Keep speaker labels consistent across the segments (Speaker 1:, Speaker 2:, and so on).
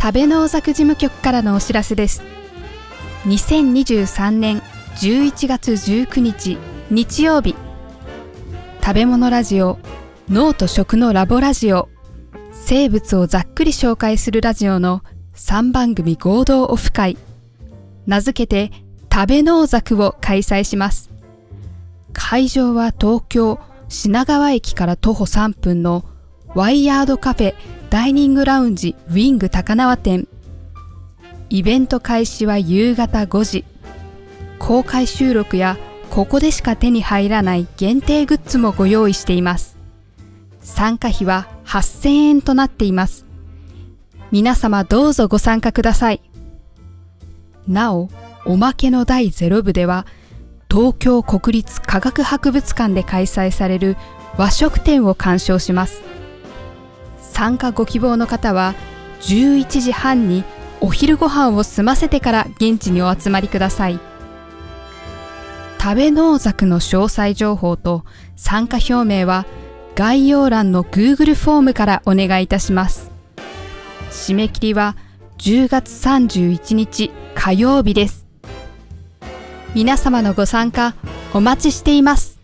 Speaker 1: 食べ農作事務局からのお知らせです2023年11月19日日曜日食べ物ラジオ脳と食のラボラジオ生物をざっくり紹介するラジオの3番組合同オフ会名付けて食べ農作を開催します会場は東京品川駅から徒歩3分のワイヤードカフェダイニングラウンジウィング高輪店イベント開始は夕方5時公開収録やここでしか手に入らない限定グッズもご用意しています参加費は8000円となっています皆様どうぞご参加くださいなおおまけの第0部では東京国立科学博物館で開催される和食展を鑑賞します参加ご希望の方は11時半にお昼ご飯を済ませてから現地にお集まりください食べ農作の詳細情報と参加表明は概要欄の Google フォームからお願いいたします締め切りは10月31日火曜日です皆様のご参加お待ちしています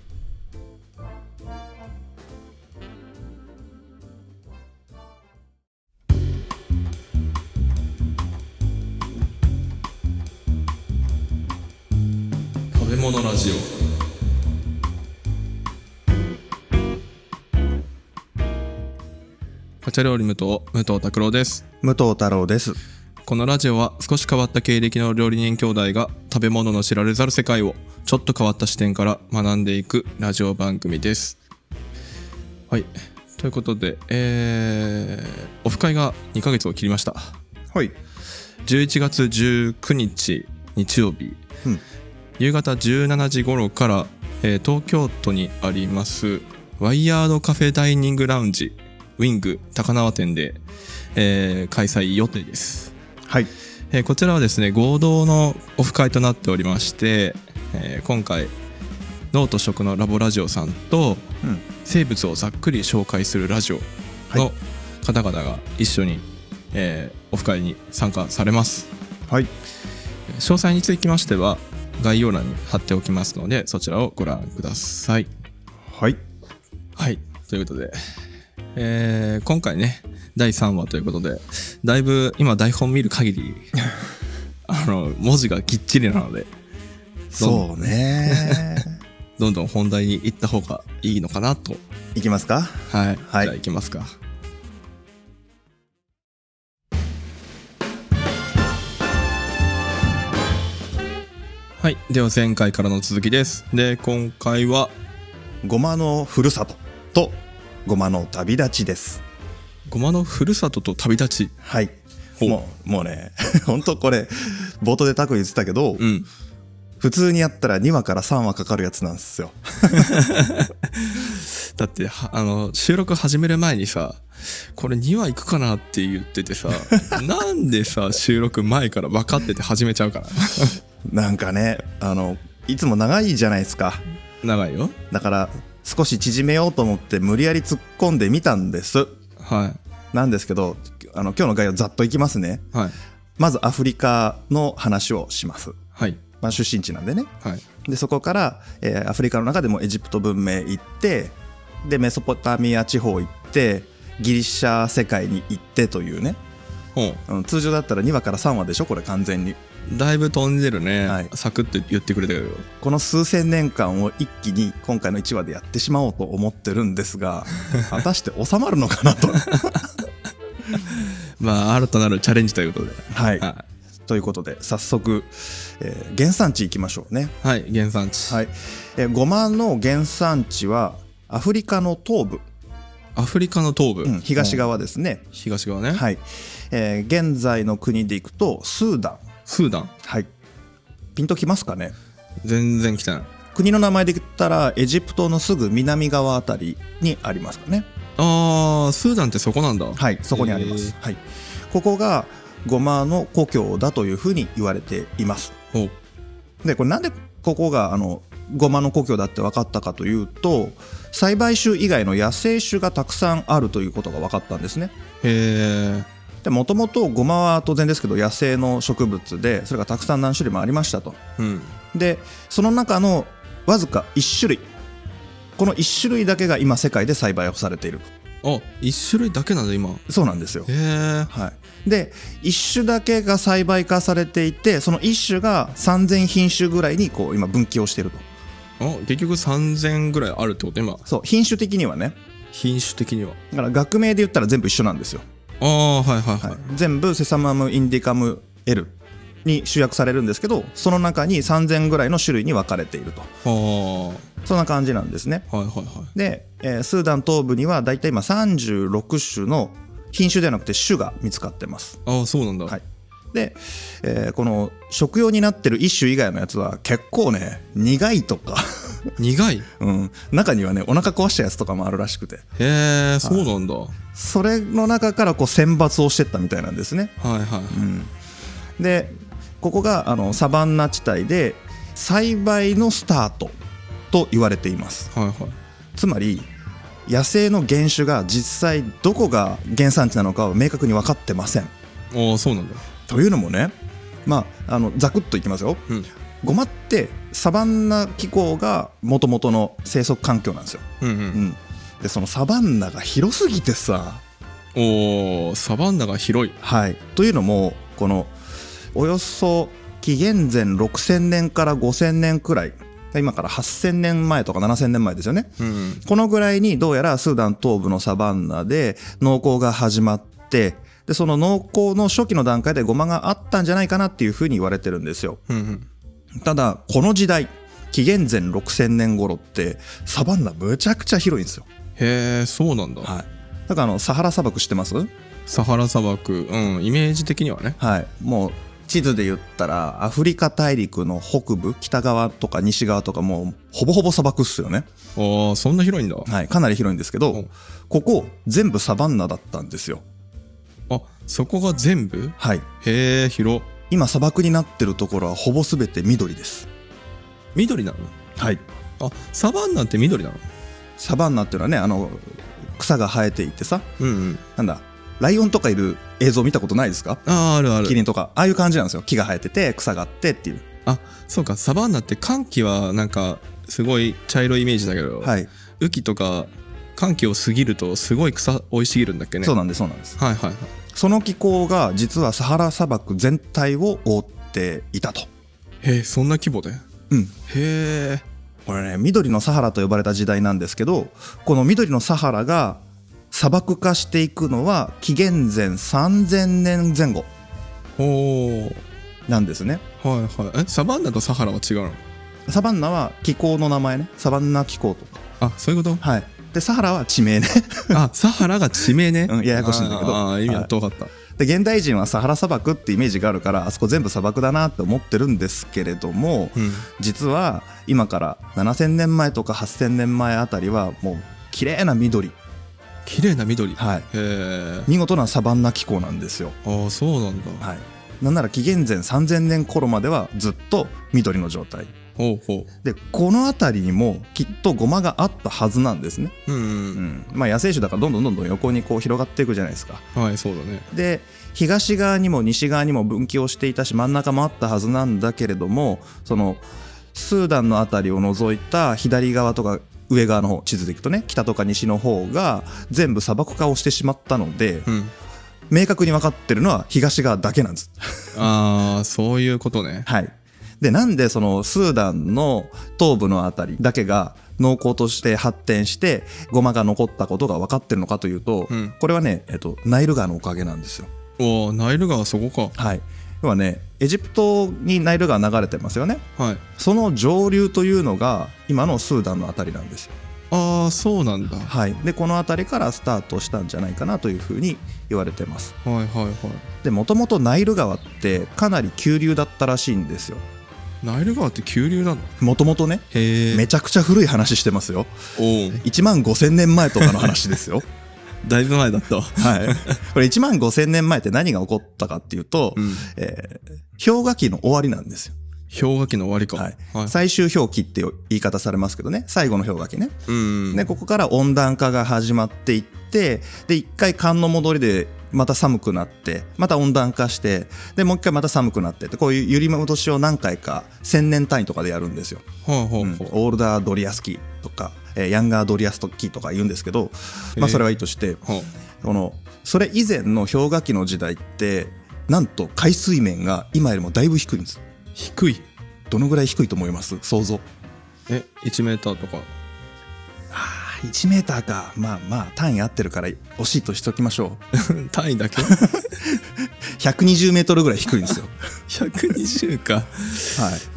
Speaker 2: 食べ物ラジオカチャ料理無糖武藤拓郎です
Speaker 3: 武藤太郎です。
Speaker 2: このラジオは少し変わった経歴の料理人兄弟が食べ物の知られざる世界をちょっと変わった視点から学んでいくラジオ番組ですはいということでえー、オフ会が2ヶ月を切りました
Speaker 3: はい。
Speaker 2: 11月19日日曜日、
Speaker 3: うん
Speaker 2: 夕方17時頃から、えー東京都にありますワイヤードカフェダイニングラウンジウィング高輪店で、えー開催予定です、
Speaker 3: はい。
Speaker 2: えーこちらはですね合同のオフ会となっておりまして、えー今回脳と食のラボラジオさんと
Speaker 3: うん。
Speaker 2: 生物をざっくり紹介するラジオ
Speaker 3: は
Speaker 2: の方々が一緒に、えーオフ会に参加されます
Speaker 3: はい。
Speaker 2: 詳細につきましては概要欄に貼っておきますのでそちらをご覧ください。
Speaker 3: はい。
Speaker 2: はいということで、えー今回ね第3話ということでだいぶ今台本見る限り あの文字がぎっちりなので
Speaker 3: そう ね。
Speaker 2: どんどん本題に行った方がいいのかなと。
Speaker 3: いきますか。
Speaker 2: はい、
Speaker 3: はい
Speaker 2: じゃあ行きますか。はい。では前回からの続きです。で、今回は
Speaker 3: ごまのふるさととごまの旅立ちです。
Speaker 2: ごまのふるさとと旅立ち。
Speaker 3: はい。
Speaker 2: う
Speaker 3: もう、もうね、 本当これ、冒頭でタク言ってたけど、
Speaker 2: うん。
Speaker 3: 普通にやったら2話から3話かかるやつなんですよ。
Speaker 2: だっては、あの、収録始める前にさ、これ2話行くかなって言って てさ、なんでさ、収録前から分かってて始めちゃうから。
Speaker 3: なんかね、あの、いつも長いじゃないですか。
Speaker 2: 長いよ。
Speaker 3: だから、少し縮めようと思って無理やり突っ込んでみたんです。
Speaker 2: は
Speaker 3: なんですけど、あの、今日の概要ざっといきますね。
Speaker 2: い。はい。
Speaker 3: まずアフリカの話をします。
Speaker 2: はい。
Speaker 3: まあ、出身地なんでね
Speaker 2: はい。
Speaker 3: でそこから、えーアフリカの中でもエジプト文明行ってでメソポタミア地方行ってギリシャ世界に行ってというね、
Speaker 2: ほう。
Speaker 3: うん、通常だったら2話から3話でしょこれ完全に
Speaker 2: だいぶ飛んでるね、
Speaker 3: はい
Speaker 2: サクッと言ってくれたけど
Speaker 3: この数千年間を一気に今回の1話でやってしまおうと思ってるんですが果たして収まるのかなと
Speaker 2: まあ新たなるチャレンジということで
Speaker 3: はい
Speaker 2: は
Speaker 3: ということで早速、えー原産地行きましょうね
Speaker 2: い、はい、原産地、
Speaker 3: はい、えー、ごまの原産地はアフリカの東部、
Speaker 2: アフリカの東部、
Speaker 3: うん、東
Speaker 2: うん
Speaker 3: 側ですね、
Speaker 2: 東側ね、
Speaker 3: はい、えー現在の国でいくとスーダン、
Speaker 2: スーダン
Speaker 3: はい、ピンときますかね
Speaker 2: 全然来てない
Speaker 3: 国の名前で言ったらエジプトのすぐ南側あたりにありますかね
Speaker 2: あースーダンってそこなんだは
Speaker 3: はいそこにあります、
Speaker 2: へー
Speaker 3: はい、ここがゴマの故郷だというふうに言われています
Speaker 2: お
Speaker 3: でこれなんでここがあのゴマの故郷だって分かったかというと栽培種以外の野生種がたくさんあるということが分かったんですね
Speaker 2: へえ
Speaker 3: でもともとゴマは当然ですけど野生の植物でそれがたくさん何種類もありましたと
Speaker 2: うん
Speaker 3: でその中のわずか1種類この1種類だけが今世界で栽培をされている
Speaker 2: あ一種類だけなんだ今へ
Speaker 3: そうなんですよ
Speaker 2: えー、
Speaker 3: はい、で一種だけが栽培化されていてその一種が3,000品種ぐらいにこう今分岐をしていると
Speaker 2: あ結局3000ぐらいあるってこと今
Speaker 3: そう品種的にはね
Speaker 2: 品種的には
Speaker 3: だから学名で言ったら全部一緒なんですよ、
Speaker 2: ああはいはいは、
Speaker 3: はいい、全部セサマム・インディカム・ L に集約されるんですけどその中に3,000ぐらいの種類に分かれていると
Speaker 2: は
Speaker 3: そんな感じなんですね
Speaker 2: あはいはいは
Speaker 3: で、えースーダン東部にはだいたい今36種の品種ではなくて種が見つかってます
Speaker 2: いああそうなんだ、
Speaker 3: はいで、えーこの食用になってる一種以外のやつは結構ね苦いとか、
Speaker 2: 苦いへ
Speaker 3: うん、中にはねお腹壊したやつとかもあるらしくて
Speaker 2: えそうなんだ、
Speaker 3: それの中からこう選抜をしてったみたいなんですね、
Speaker 2: はいはいはい
Speaker 3: うん、でここがあのサバンナ地帯で栽培のスタートと言われています
Speaker 2: はいはい
Speaker 3: つまり野生の原種が実際どこが原産地なのかは明確に分かってません
Speaker 2: ああそうなんだ
Speaker 3: というのもねまああのザクッといきますよ
Speaker 2: うん
Speaker 3: ゴマってサバンナ気候がもともとの生息環境なんですよ、
Speaker 2: うん
Speaker 3: う
Speaker 2: うん
Speaker 3: ん、でそのサバンナが広すぎてさ
Speaker 2: おーサバンナが広い
Speaker 3: はいというのもこのおよそ紀元前6000年から5000年くらい今から8000年前とか7000年前ですよね
Speaker 2: うん
Speaker 3: このぐらいにどうやらスーダン東部のサバンナで農耕が始まってでその農耕の初期の段階でゴマがあったんじゃないかなっていうふうに言われてるんですよ
Speaker 2: うんうん
Speaker 3: ただこの時代紀元前6000年頃ってサバンナむちゃくちゃ広いんですよ、
Speaker 2: へえそうなんだ、
Speaker 3: はい、だからあのサハラ砂漠知ってます
Speaker 2: サハラ砂漠うんイメージ的にはね
Speaker 3: はいもう地図で言ったらアフリカ大陸の北部北側とか西側とかもうほぼほぼ砂漠っすよね、
Speaker 2: ああそんな広いんだ、
Speaker 3: はい、かなり広いんですけど、
Speaker 2: うん
Speaker 3: ここ全部サバンナだったんですよ
Speaker 2: あそこが全部
Speaker 3: はい
Speaker 2: へえ広
Speaker 3: 今砂漠になってるところはほぼ全て緑です
Speaker 2: 緑なの
Speaker 3: はい
Speaker 2: あサバンナって緑なの
Speaker 3: サバンナっていうのはねあの草が生えていてさ
Speaker 2: うんうん
Speaker 3: なんだライオンとかいる映像見たことないですか
Speaker 2: あああるあ
Speaker 3: キ
Speaker 2: る
Speaker 3: リンとかああいう感じなんですよ木が生えてて草があってっていう
Speaker 2: あそうかサバンナって寒気はなんかすごい茶色いイメージだけど、
Speaker 3: はい
Speaker 2: 雨季とか寒気を過ぎるとすごい草生い茂るんだっけね
Speaker 3: そう
Speaker 2: う
Speaker 3: なんですそうなんです
Speaker 2: はいはいはい
Speaker 3: その気候が実はサハラ砂漠全体を覆っていたと
Speaker 2: へえそんな規模でへ
Speaker 3: うん
Speaker 2: え
Speaker 3: これね緑のサハラと呼ばれた時代なんですけどこの緑のサハラが砂漠化していくのは紀元前3000年前後
Speaker 2: おー
Speaker 3: なんですね
Speaker 2: はいはいえサバンナとサハラは違うの
Speaker 3: サバンナは気候の名前ねサバンナ気候とか
Speaker 2: あそういう こと
Speaker 3: はいでサハラは地名ね
Speaker 2: あサハラが地名ね、
Speaker 3: うんややこしいんだけど
Speaker 2: あーあー意味は遠かった、
Speaker 3: で現代人はサハラ砂漠ってイメージがあるからあそこ全部砂漠だなって思ってるんですけれども、
Speaker 2: うん
Speaker 3: 実は今から7,000年前とか8,000年前あたりはもう綺麗な緑、
Speaker 2: 綺麗な緑、
Speaker 3: はい、
Speaker 2: へえ
Speaker 3: 見事なサバンナ気候なんですよ、
Speaker 2: ああそうなんだ、
Speaker 3: はい、なんなら紀元前3,000年頃まではずっと緑の状態
Speaker 2: ほうほ
Speaker 3: でこの辺りにもきっとゴマがあったはずなんですね、
Speaker 2: ううん
Speaker 3: う
Speaker 2: うん、
Speaker 3: んまあ、野生種だからどんどんどんどん横にこう広がっていくじゃないですか
Speaker 2: はいそうだね
Speaker 3: で東側にも西側にも分岐をしていたし真ん中もあったはずなんだけれどもそのスーダンの辺りを除いた左側とか上側の方地図でいくとね北とか西の方が全部砂漠化をしてしまったので
Speaker 2: うん
Speaker 3: 明確に分かってるのは東側だけなんです。
Speaker 2: ああそういうことね
Speaker 3: はい、でなんでそのスーダンの東部の辺りだけが農耕として発展してゴマが残ったことが分かってるのかというと、
Speaker 2: うん
Speaker 3: これはね、えっと、ナイル川のおかげなんですよ。
Speaker 2: おおナイル川そこ
Speaker 3: はい、要はねエジプトにナイル川流れてますよね
Speaker 2: かはい
Speaker 3: その上流というのが今のスーダンの辺りなんですよ、
Speaker 2: ああそうなんだは
Speaker 3: はい、でこの辺りからスタートしたんじゃないかなというふうに言われてます
Speaker 2: いはいはい
Speaker 3: でもともとナイル川ってかなり急流だったらしいんですよ
Speaker 2: ナイル川って急流なの
Speaker 3: もともとね
Speaker 2: へえ
Speaker 3: めちゃくちゃ古い話してますよ
Speaker 2: おお
Speaker 3: 1万5000年前とかの話で すよ
Speaker 2: だいぶ前だったわ
Speaker 3: はいこれ1万5000年前って何が起こったかっていうと、
Speaker 2: うん
Speaker 3: えー氷河期の終わりなんですよ
Speaker 2: 氷河期の終わりか
Speaker 3: はい
Speaker 2: はい、
Speaker 3: 最終氷期っていう言い方されますけどね最後の氷河期ね
Speaker 2: うん
Speaker 3: でここから温暖化が始まっていってで一回寒の戻りでまた寒くなってまた温暖化してでもう一回また寒くなってってこういう揺り戻しを何回か1000年単位とかでやるんですよ。
Speaker 2: ほうほ
Speaker 3: う
Speaker 2: うんほう。
Speaker 3: オールダードリアスキーとか、えーヤンガードリアスキーとか言うんですけど、まあ、
Speaker 2: へえ
Speaker 3: それはいいとして、
Speaker 2: ほう
Speaker 3: このそれ以前の氷河期の時代ってなんと海水面が今よりもだいぶ低いんです
Speaker 2: 低い。
Speaker 3: どのぐらい低いと思います想像
Speaker 2: え、1メーターとか。
Speaker 3: あー1メーターかまあまあ単位合ってるから惜しいとしときましょう
Speaker 2: 単位だ け
Speaker 3: 120メートルぐらい低いんですよ
Speaker 2: ?120 か。
Speaker 3: はい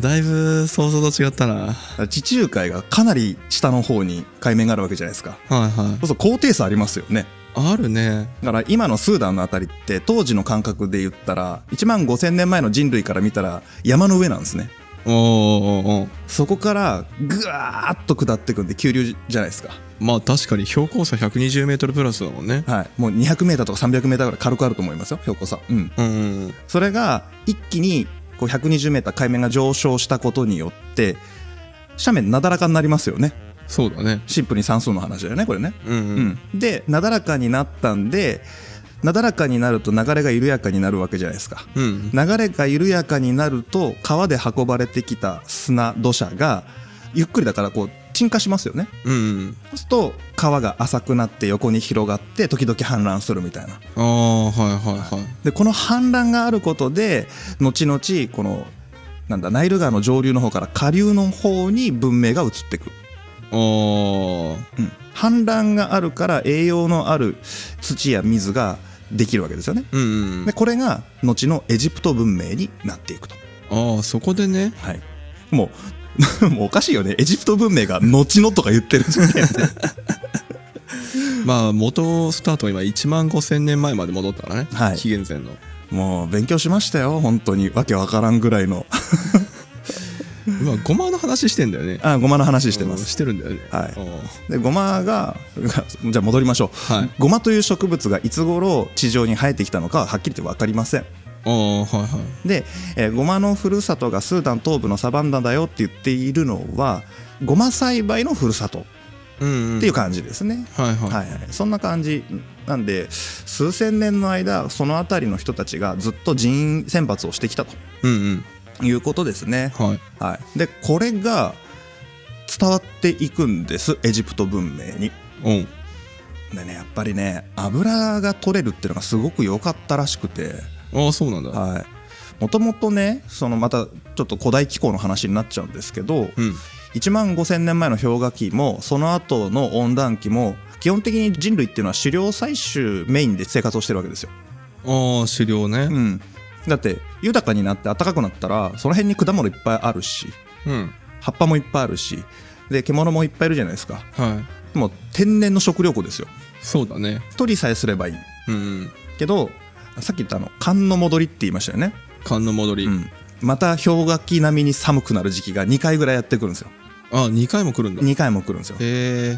Speaker 2: だいぶ想像と違ったな。はい
Speaker 3: だから地中海がかなり下の方に海面があるわけじゃないですか
Speaker 2: は
Speaker 3: そうすると高低差ありますよね
Speaker 2: い。あるね。
Speaker 3: だから今のスーダンのあたりって当時の感覚で言ったら1万5000年前の人類から見たら山の上なんですね
Speaker 2: おーおーおー
Speaker 3: そこからぐわーっと下ってくんで急流じゃないですか
Speaker 2: まあ確かに標高差120メートルプラスだもんね。
Speaker 3: はいもう200メーターとか300メーターぐらい軽くあると思いますよ標高差うん
Speaker 2: うんうん。
Speaker 3: それが一気にこう120メーター海面が上昇したことによって斜面なだらかになりますよね
Speaker 2: そうだね。
Speaker 3: シンプルに算数の話だよねこれね
Speaker 2: うんう。
Speaker 3: うんん、でなだらかになったんでなだらかになると流れが緩やかになるわけじゃないですか
Speaker 2: うん。
Speaker 3: 流れが緩やかになると川で運ばれてきた砂土砂がゆっくりだからこう沈下しますよね
Speaker 2: うんうん。
Speaker 3: そうすると川が浅くなって横に広がって時々氾濫するみたいな
Speaker 2: ああ、はいはいはい。
Speaker 3: でこの氾濫があることで後々このなんだナイル川の上流の方から下流の方に文明が移ってくる
Speaker 2: おー
Speaker 3: うん、氾濫があるから栄養のある土や水ができるわけですよね。
Speaker 2: うんうん
Speaker 3: でこれが後のエジプト文明になっていくと。
Speaker 2: ああそこでね
Speaker 3: はい、もう もうおかしいよねエジプト文明が「後の」とか言ってるんじゃないよね
Speaker 2: まあ元スタートは今1万5000年前まで戻ったからね、
Speaker 3: はい
Speaker 2: 紀元前の
Speaker 3: もう勉強しましたよ本当にわけわからんぐらいの
Speaker 2: 今ゴマの話してんだよね
Speaker 3: あごまの話してま
Speaker 2: うん
Speaker 3: す。
Speaker 2: してるんだよね
Speaker 3: はい
Speaker 2: い
Speaker 3: でごまが じゃあ戻りましょう、
Speaker 2: はい
Speaker 3: ごまという植物がいつ頃地上に生えてきたのかははっきりと分かりません
Speaker 2: おーはいはい
Speaker 3: で、えーゴマのふるさとがスーダン東部のサバンナだよって言っているのはゴマ栽培のふるさとっ
Speaker 2: うん、うん、
Speaker 3: ていう感じですね、
Speaker 2: はいはい、
Speaker 3: はいはい、そんな感じなんで数千年の間その辺りの人たちがずっと人員選抜をしてきたと
Speaker 2: うんうん
Speaker 3: いうことですね、
Speaker 2: はい
Speaker 3: はい、でこれが伝わっていくんですエジプト文明に
Speaker 2: おう
Speaker 3: でねやっぱりね油が取れるっていうのがすごく良かったらしくて
Speaker 2: ああそうなんだ、
Speaker 3: はい、もともとねそのまたちょっと古代気候の話になっちゃうんですけど、
Speaker 2: うん
Speaker 3: 1万5,000年前の氷河期もその後の温暖期も基本的に人類っていうのは狩猟採集メインで生活をしてるわけですよ。
Speaker 2: ああ狩猟
Speaker 3: う
Speaker 2: ね
Speaker 3: ん、だって豊かになって暖かくなったらその辺に果物いっぱいあるし
Speaker 2: うん、
Speaker 3: 葉っぱもいっぱいあるしで獣もいっぱいいるじゃないですか
Speaker 2: は
Speaker 3: もう天然の食糧庫ですよ
Speaker 2: いそうだね
Speaker 3: 取りさえすればいい
Speaker 2: うんうん
Speaker 3: けどさっき言ったあの寒の戻りって言いましたよね
Speaker 2: 寒の戻り、
Speaker 3: うん、また氷河期並みに寒くなる時期が2回ぐらいやってくるんですよ
Speaker 2: ああ2回も来るんだへ
Speaker 3: 2回も来るんですよ、
Speaker 2: え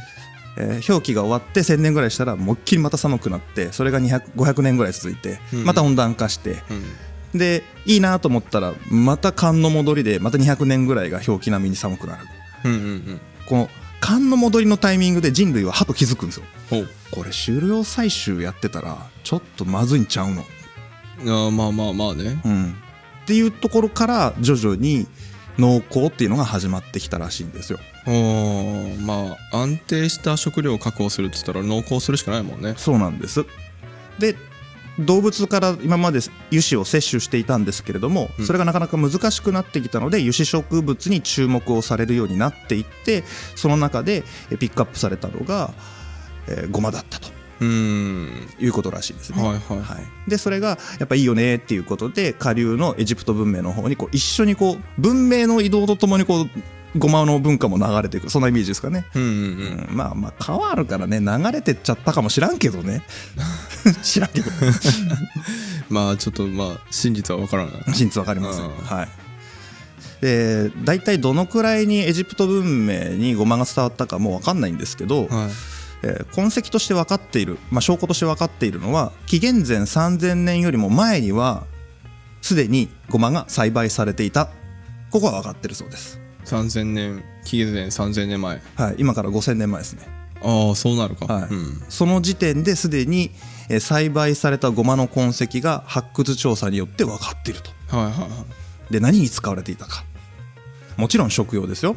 Speaker 3: えー氷期が終わって1000年ぐらいしたらもうっきりまた寒くなってそれが200 500年ぐらい続いて
Speaker 2: うん
Speaker 3: また温暖化して、
Speaker 2: うん
Speaker 3: でいいなと思ったらまた寒の戻りでまた200年ぐらいが氷期並みに寒くなる
Speaker 2: うんうん
Speaker 3: この寒の戻りのタイミングで人類は歯と気づくんですよ
Speaker 2: うん
Speaker 3: これ狩猟採集やってたらちょっとまずいんちゃうの
Speaker 2: おああまあまあまあね
Speaker 3: うんっていうところから徐々に農耕っていうのが始まってきたらしいんですよ
Speaker 2: おーまあ安定した食料を確保するって言ったら農耕するしかないもんね
Speaker 3: そうなんですで動物から今まで油脂を摂取していたんですけれども、
Speaker 2: うん
Speaker 3: それがなかなか難しくなってきたので油脂植物に注目をされるようになっていってその中でえピックアップされたのが、えーゴマだったと
Speaker 2: うーん
Speaker 3: いうことらしいですね。
Speaker 2: はいはい
Speaker 3: でそれがやっぱいいよねっていうことで下流のエジプト文明の方にこう一緒にこう文明の移動とともにこうゴマの文化も流れていくそんなイメージですかね。
Speaker 2: うんうんうん
Speaker 3: うんまあまあ川あるからね流れてっちゃったかもしらんけどね知らんけど
Speaker 2: まあちょっとまあ真実は分からない
Speaker 3: 真実わかりません、
Speaker 2: うん
Speaker 3: はいで大体どのくらいにエジプト文明にゴマが伝わったかもうわかんないんですけ
Speaker 2: はい
Speaker 3: ど、えー痕跡として分かっている、まあ、証拠として分かっているのは紀元前3000年よりも前にはすでにゴマが栽培されていたここは分かってるそうです、
Speaker 2: 3000年紀元前3000年前
Speaker 3: はい、今から5000年前ですね
Speaker 2: ああそうなるか、
Speaker 3: はい
Speaker 2: うん
Speaker 3: その時点ですでに、えー栽培されたゴマの痕跡が発掘調査によって分かっていると
Speaker 2: はいはいはい
Speaker 3: で何に使われていたかもちろん食用ですよ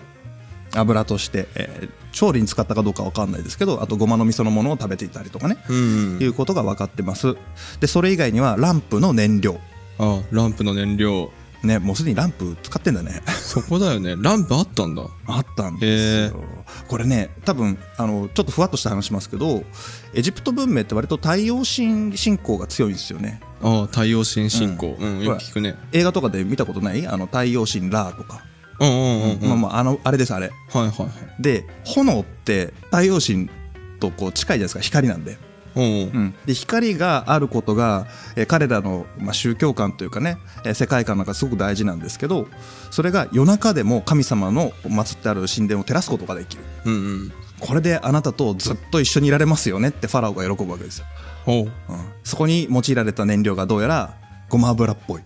Speaker 3: 油として、えー調理に使ったかどうか分かんないですけどあとごまの味噌のものを食べていたりとかね、
Speaker 2: うん
Speaker 3: いうことが分かってますでそれ以外にはランプの燃料
Speaker 2: あランプの燃料
Speaker 3: ねもうすでにランプ使ってんだね
Speaker 2: そこだよね ランプあったんだ
Speaker 3: あったんですよこれね多分あのちょっとふわっとした話しますけどエジプト文明って割と太陽神信仰が強いんですよね
Speaker 2: あ太陽神信仰うん、
Speaker 3: ん
Speaker 2: よく聞くね
Speaker 3: 映画とかで見たことないあの太陽神ラーとか、
Speaker 2: うんうんうん、うん、
Speaker 3: まあまああのあれですあれ
Speaker 2: はいはいはい
Speaker 3: で炎って太陽神とこう近いじゃないですか光なんで,、
Speaker 2: うんうん
Speaker 3: で光があることが、えー彼らの、まあ、宗教観というかね、えー世界観なんかすごく大事なんですけどそれが夜中でも神様の祀ってある神殿を照らすことができる
Speaker 2: うんうん
Speaker 3: これであなたとずっと一緒にいられますよねってファラオが喜ぶわけですよ、
Speaker 2: おう
Speaker 3: うん、そこに用いられた燃料がどうやらごま油っぽい
Speaker 2: へ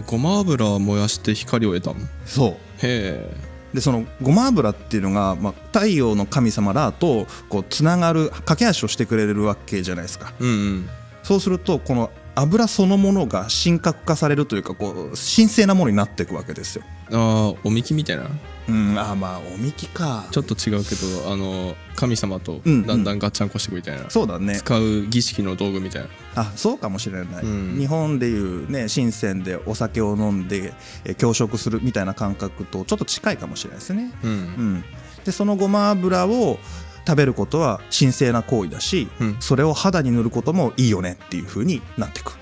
Speaker 2: えごま油を燃やして光を得たのへ
Speaker 3: そう
Speaker 2: え
Speaker 3: でそのごま油っていうのが、まあ、太陽の神様らとこうつながる駆け足をしてくれるわけじゃないですか
Speaker 2: うんうん
Speaker 3: そうするとこの油そのものが神格化されるというかこう神聖なものになっていくわけですよ。
Speaker 2: ああおみきみたいな
Speaker 3: うん、あーまあおみきか
Speaker 2: ちょっと違うけどあの神様と
Speaker 3: うんうん
Speaker 2: だんだんガッチャンコしていくみたいな、
Speaker 3: そうだね
Speaker 2: 使う儀式の道具みたいな
Speaker 3: あそうかもしれない、
Speaker 2: うん
Speaker 3: 日本でいうね神仙でお酒を飲んでえ教食するみたいな感覚とちょっと近いかもしれないですね。
Speaker 2: うん、
Speaker 3: うん、でそのごま油を食べることは神聖な行為だし、
Speaker 2: うん
Speaker 3: それを肌に塗ることもいいよねっていう風になっていく、